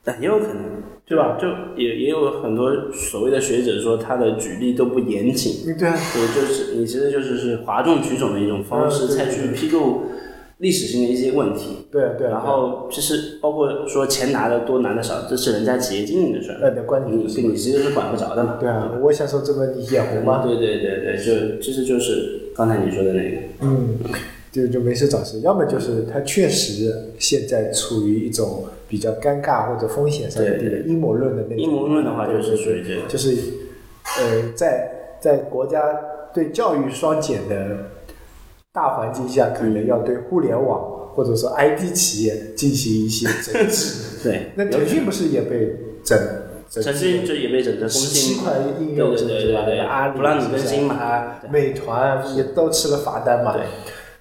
但也有可能，对吧？就也也有很多所谓的学者说他的举例都不严谨，嗯对啊，对，就是你其实就是是哗众取宠的一种方式，嗯对再去披露历史性的一些问题。对啊，对啊。然后其实包括说钱拿的多拿的少，这是人家企业经营的事那儿，那关你你你其实是管不着的嘛。呃对啊，我想说这么你眼红吗？对对对对，就其实就是刚才你说的那个，嗯，就就没事找事，要么就是他确实现在处于一种比较尴尬或者风险上的地对位，阴谋论的那种。阴谋论的话就是属于这个就是呃，在在国家对教育双减的大环境下，可能要对互联网或者说 IT 企业进行一些整治。对，那腾讯不是也被整整腾讯就也被整个封十禁七块应对用对什么对之对类对，的，阿里不让你是更是新嘛，啊对美团也都吃了罚单嘛。对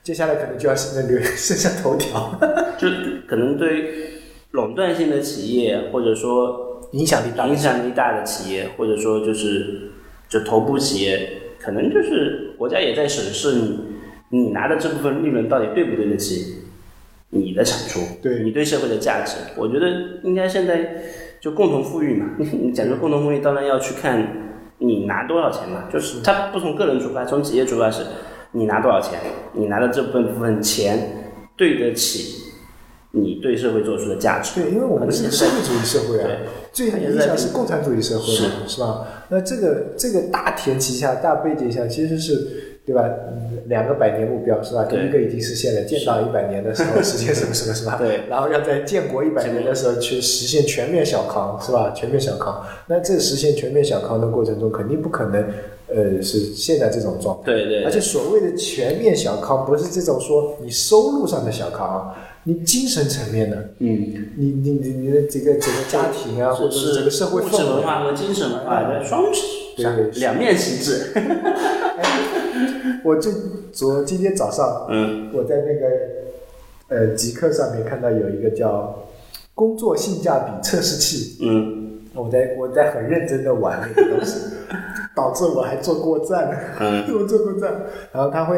接下来可能就要是那个剩下头条，就可能对于垄断性的企业，或者说影响力大影。响力大的企业，或者说就是就头部企业，可能就是国家也在审视你你拿的这部分利润到底对不对得起你的产出，对你对社会的价值。我觉得应该现在就共同富裕嘛， 你讲究共同富裕，当然要去看你拿多少钱嘛，就是它不从个人出发，从企业出发是，你拿多少钱，你拿的这部分钱对得起你对社会做出的价值。对，因为我们是社会主义社会啊，最它也理在想是共产主义社会嘛，是吧？那这个这个大前提下、大背景下，其实是对吧？嗯两个百年目标是吧？第对一个已经实现了，建党一百年的时 候实现什么什么是吧？对然后要在建国一百年的时候去实现全面小康，是吧？全面小康，那这实现全面小康的过程中，肯定不可能，呃，是现在这种状态。对对而且所谓的全面小康，不是这种说你收入上的小康啊，你精神层面的，嗯，你你你你的这个整个家庭啊，或者是整个社会物质氛文围啊，化和精神文化的双指，对两面旗 帜。我这昨今天早上嗯，我在那个呃极客上面看到有一个叫工作性价比测试器，嗯我在我在很认真的玩那个东西， 导致我还做过站了。嗯 我做过账，然后他会，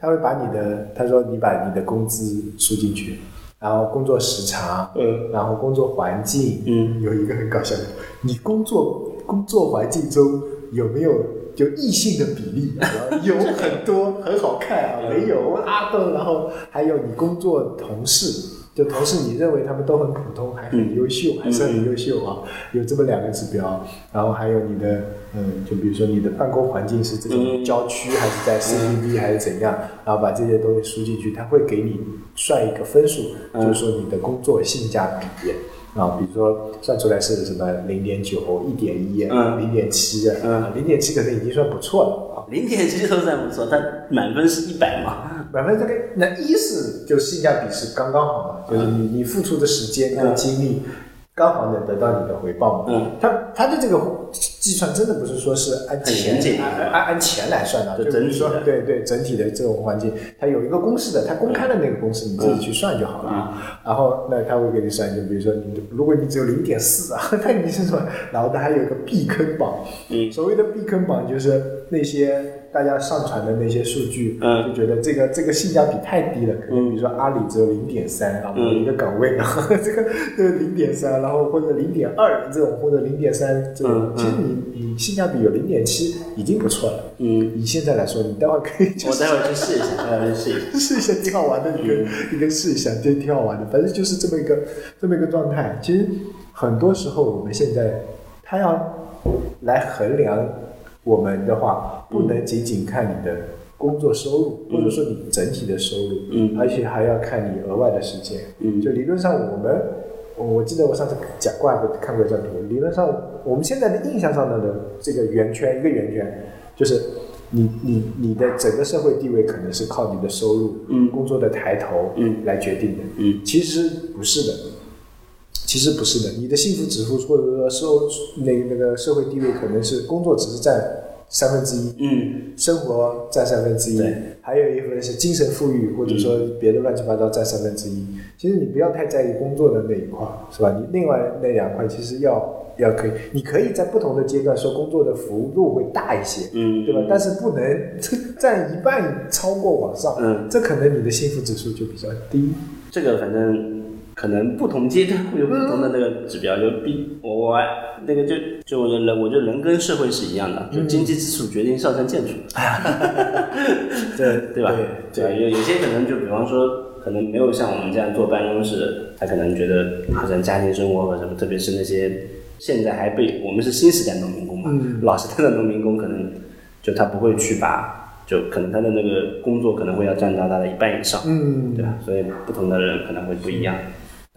他会把你的，他说你把你的工资输进去，然后工作时长，嗯，然后工作环境，嗯，有一个很搞笑的，你工作工作环境中有没有有异性的比例？然后有很多，很好看啊，没有啊都，然后还有你工作同事。就同事，你认为他们都很普通，还很优秀，还是很优秀啊？有这么两个指标，啊然后还有你的，嗯，就比如说你的办公环境是这种嗯郊区还是在 CBD 还是怎样，然后把这些东西输进去，它会给你算一个分数，嗯就是说你的工作性价比。啊，比如说算出来是什么零点九、一点一、嗯零点七，啊嗯，零点七可能已经算不错了啊。零点七都算不错，但满分是一百嘛。百分之这个那一是就性价比是刚刚好嘛，嗯就是你你付出的时间跟精力刚好能得到你的回报嘛。嗯，他他的这个计算真的不是说是按很严谨钱按按按钱来算的，就就整体的比如说对对整体的这种环境，它有一个公式的，它公开的那个公式你自己去算就好了嗯啊。然后那他会给你算，就比如说你如果你只有零点四啊， 那你是什么？然后它还有一个避坑榜，嗯所谓的避坑榜就是那些大家上传的那些数据，嗯就觉得这个这个性价比太低了，可能比如说阿里只有零点嗯三啊，某一个岗位，然后这个这零点三，然后或者零点二这种，或者零点三这嗯种嗯，其实你你性价比有零点七已经不错了。嗯，以现在来说，你待会儿可以去我待会儿去试一 下，待会儿去试一下。试一下挺好玩的，你可以你可以试一下，这挺好玩的。反正就是这么一个这么一个状态。其实很多时候我们现在，他要来衡量我们的话，不能仅仅看你的工作收入，或者说你整体的收入，嗯而且还要看你额外的时间。嗯就理论上我们，我我记得我上次讲过还看过一张图，理论上我们现在的印象上的这个圆圈，一个圆圈，就是你你你的整个社会地位可能是靠你的收入，嗯工作的抬头，嗯来决定的，嗯其实不是的。其实不是的，你的幸福指数或者说社那个那个社会地位可能是工作只是占三分之一，嗯生活占三分之一对，嗯还有一部分是精神富裕，或者说别的乱七八糟占三分之一。其实你不要太在意工作的那一块，是吧？你另外那两块其实要要可以，你可以在不同的阶段说工作的幅度会大一些，嗯，对吧？但是不能 占一半超过往上，嗯这可能你的幸福指数就比较低。这个反正可能不同阶段会有不同的那个指标，就比我我那个就就我觉得人，我觉得人跟社会是一样的，就嗯经济基础决定上层建筑，对对吧？对对吧？有有些可能就比方说。可能没有像我们这样坐办公室，他可能觉得好像家庭生活和什么，特别是那些现在还被我们是新时代农民工嘛，嗯老时代的农民工可能就他不会去把，就可能他的那个工作可能会要占到他的一半以上，嗯，对吧？啊所以不同的人可能会不一样。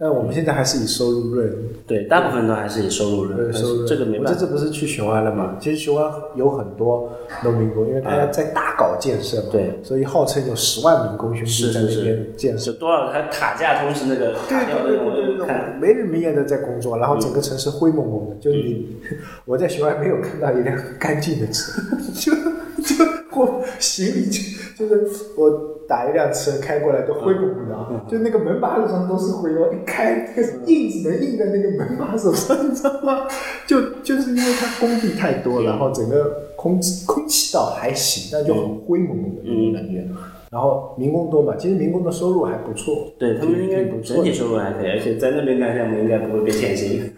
但我们现在还是以收入论对，大部分都还是以收入论，但收入是这个没我办这法。次不是去雄安了嘛？其实雄安有很多农民工，因为他要在大搞建设嘛，哎对所以号称有十万名工兄弟是在是那是边，建设。是多少台塔架同时那个对塔对吊对那对对种，对我看嗯没日没夜的在工作，然后整个城市灰蒙蒙的。就是你， 我在雄安没有看到一辆干净的车， 就就我行李就就是我打一辆车开过来都灰蒙蒙的嗯啊，就那个门把手上都是灰，哦我一开那个印只能印在那个门把手上，你知道吗？就就是因为它工地太多，然后整个空气空气倒还行，但就很嗯灰蒙蒙的那种感觉。然后民工多嘛，其实民工的收入还不错，对他们应该挺不错整的体收入还可以，而且在那边干项目应该不会被减薪。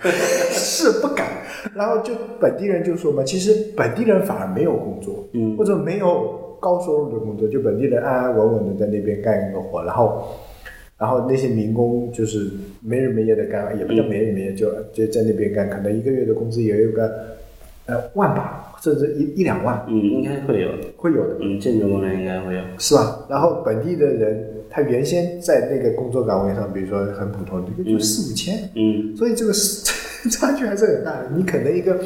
是不敢。然后就本地人就说嘛，其实本地人反而没有工作，嗯或者没有高收入的工作，就本地人安安稳稳的在那边干一个活，然后。然后那些民工就是没日没夜的干，也不叫没日没夜，就就在那边干，可能一个月的工资也有个呃万把，甚至一一两万嗯，应该会有，会有的。嗯，建筑工人应该会有。是吧？然后本地的人，他原先在那个工作岗位上，比如说很普通，这个就四五千，嗯，所以这个是 差距还是很大的。你可能一个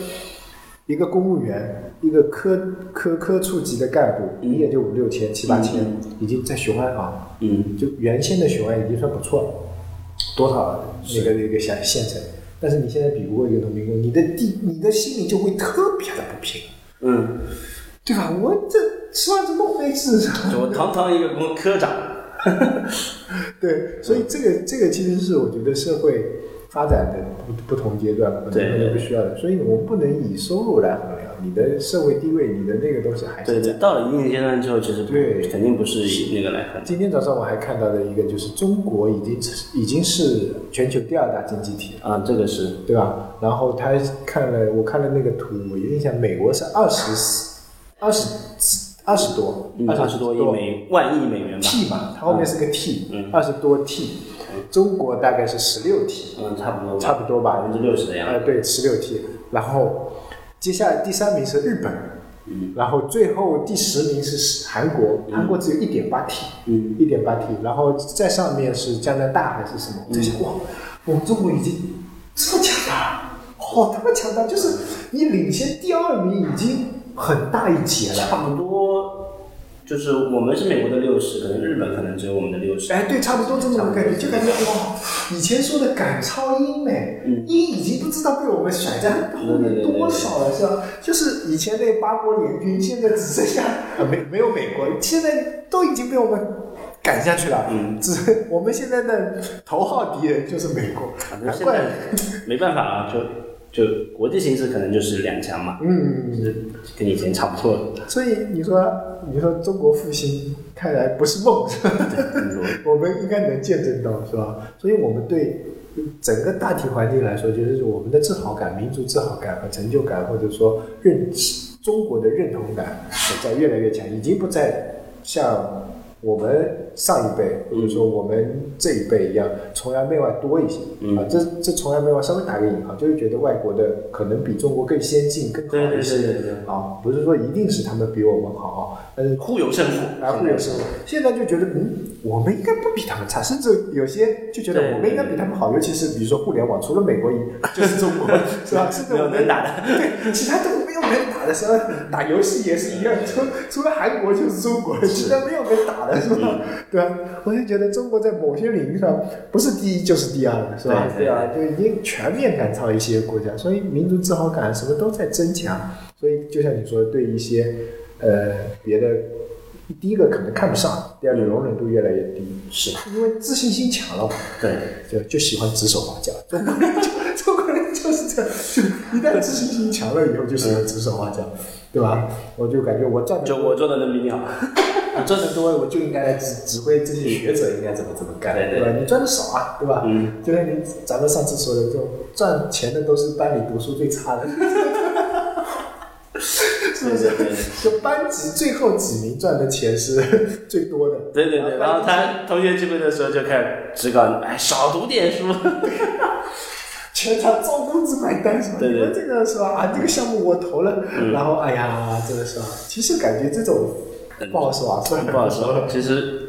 一个公务员，一个科科科处级的干部，你也就五六千、七八千，已经在雄安啊，嗯，就原先的雄安已经算不错了，多少那个那个县县城。但是你现在比不过一个农民工，你的地你的心里就会特别的不平，嗯，对吧？我这吃完这么回事？就我堂堂一个工科长，对，所以这个这个其实是我觉得社会发展的不不同阶段可对能都不需要的，所以我们不能以收入来衡量你的社会地位，你的那个东西还是对对，到了一定阶段之后，其实不对肯定不是以那个来看。今天早上我还看到的一个就是中国已经已经是全球第二大经济体了，啊，这个是，对吧？然后他看了我看了那个图，我印象美国是二十二十二十多嗯，二十多亿美万亿美元吧， T 嘛，它后面是个 T，嗯二十多 T，中国大概是十六 T，嗯，差不多吧，差不多吧，百分之六十的样呃，子。对，十六 T。然后接下来第三名是日本，嗯然后最后第十名是韩国，韩国只有一点八 T，嗯，一点八 T。然后在上面是加拿大还是什么？嗯我在想，哇，我们中国已经这么强大了，好他妈强大！就是你领先第二名已经很大一截了。嗯差不多，就是我们是美国的六十，可能日本可能只有我们的六十。哎，对，差不多这种感觉，就感觉哇，以前说的赶超英嘞，英已经不知道被我们甩在后面多少了，是吧？就是以前那八国联军，现在只剩下呃没没有美国，现在都已经被我们赶下去了。嗯只是我们现在的头号敌人就是美国，反正难现怪在，没办法啊，就就国际形势可能就是两强嘛，嗯。跟以前差不多。所以你说，你说中国复兴看来不是梦，是吧？我们应该能见证到，是吧？所以我们对整个大体环境来说，就是我们的自豪感、民族自豪感和呃成就感，或者说认中国的认同感在越来越强，已经不再像我们上一辈或者说我们这一辈一样，崇洋媚外多一些、嗯啊。这这崇洋媚外稍微打个引号，就是觉得外国的可能比中国更先进、更对好对一对些对对，啊，不是说一定是他们比我们好，啊，但是互有胜负，啊，会有生活。现在就觉得，嗯，我们应该不比他们差，甚至有些就觉对得我们应该比他们好，尤其是比如说互联网，除了美国以， 就是中国，是吧？甚至没有我能们打的，对，其他都没有人打的，是吧？打游戏也 是一样，除除了韩国就是中国，其他没有人打的，是吧？对啊，我就觉得中国在某些领域上不是第一就是第二了，是吧？对对对啊，就已经全面赶超一些国家，所以民族自豪感什么都在增强。所以就像你说，对一些呃别的，第一个可能看不上，第二个容忍度越来越低，是，因为自信心强了嘛。对，就就喜欢指手画脚， 中国人就中国人就是这样，就一旦自信心强了以后，就喜欢指手画脚，对吧？我就感觉我赚的就我做的能比你 好，我赚的多，我就应该来指指挥这些学者应该怎么怎么干，对对吧？你赚的少啊，对吧？嗯就像你咱们上次说的，这种赚钱的都是班里读书最差 的，是不是对对对？就班级最后几名赚的钱是最多的，对对对，然后他同学聚会的时候就开始指导你，哎，少读点书，全场照顾子买单是吧？对对嗯你们这个是吧？啊，这个项目我投了，然后哎呀，这个是吧？其实感觉这种不好说啊，虽然不好说， 嗯其实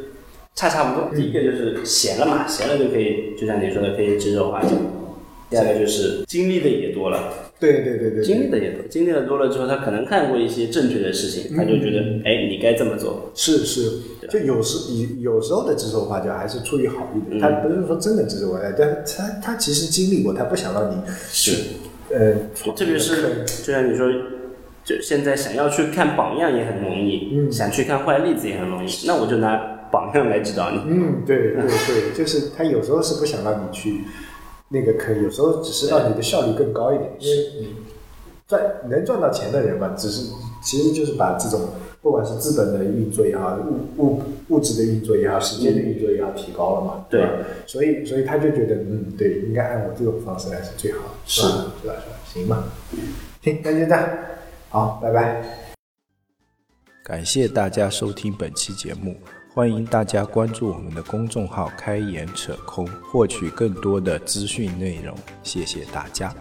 差差不多。第一个就是闲了嘛，闲了就可以，就像你说的，可以指手画脚。第二个就是经历的也多了，对对对对经历对，的也多，经历的多了之后，他可能看过一些正确的事情，他就觉得，哎，你该这么做。是是，就有时有有时候的指手画脚还是出于好意的，嗯他不是说真的指手画脚，但是他他其实经历过，他不想让你是，呃，特别是就像你说，就现在想要去看榜样也很容易，想去看坏例子也很容易。那我就拿榜样来指导你。嗯，对对对， 就是他有时候是不想让你去那个坑，有时候只是让你的效率更高一点，因为你赚能赚到钱的人嘛，只是其实就是把这种不管是资本的运作也好，物物物质的运作也好，时间的运作也好，提高了嘛，对吧？所以所以他就觉得，嗯，对，应该按我这种方式来是最好的，是吧？是吧？是吧？行吧，行，那就这样，好，拜拜。感谢大家收听本期节目，欢迎大家关注我们的公众号“开眼扯空”，获取更多的资讯内容。谢谢大家。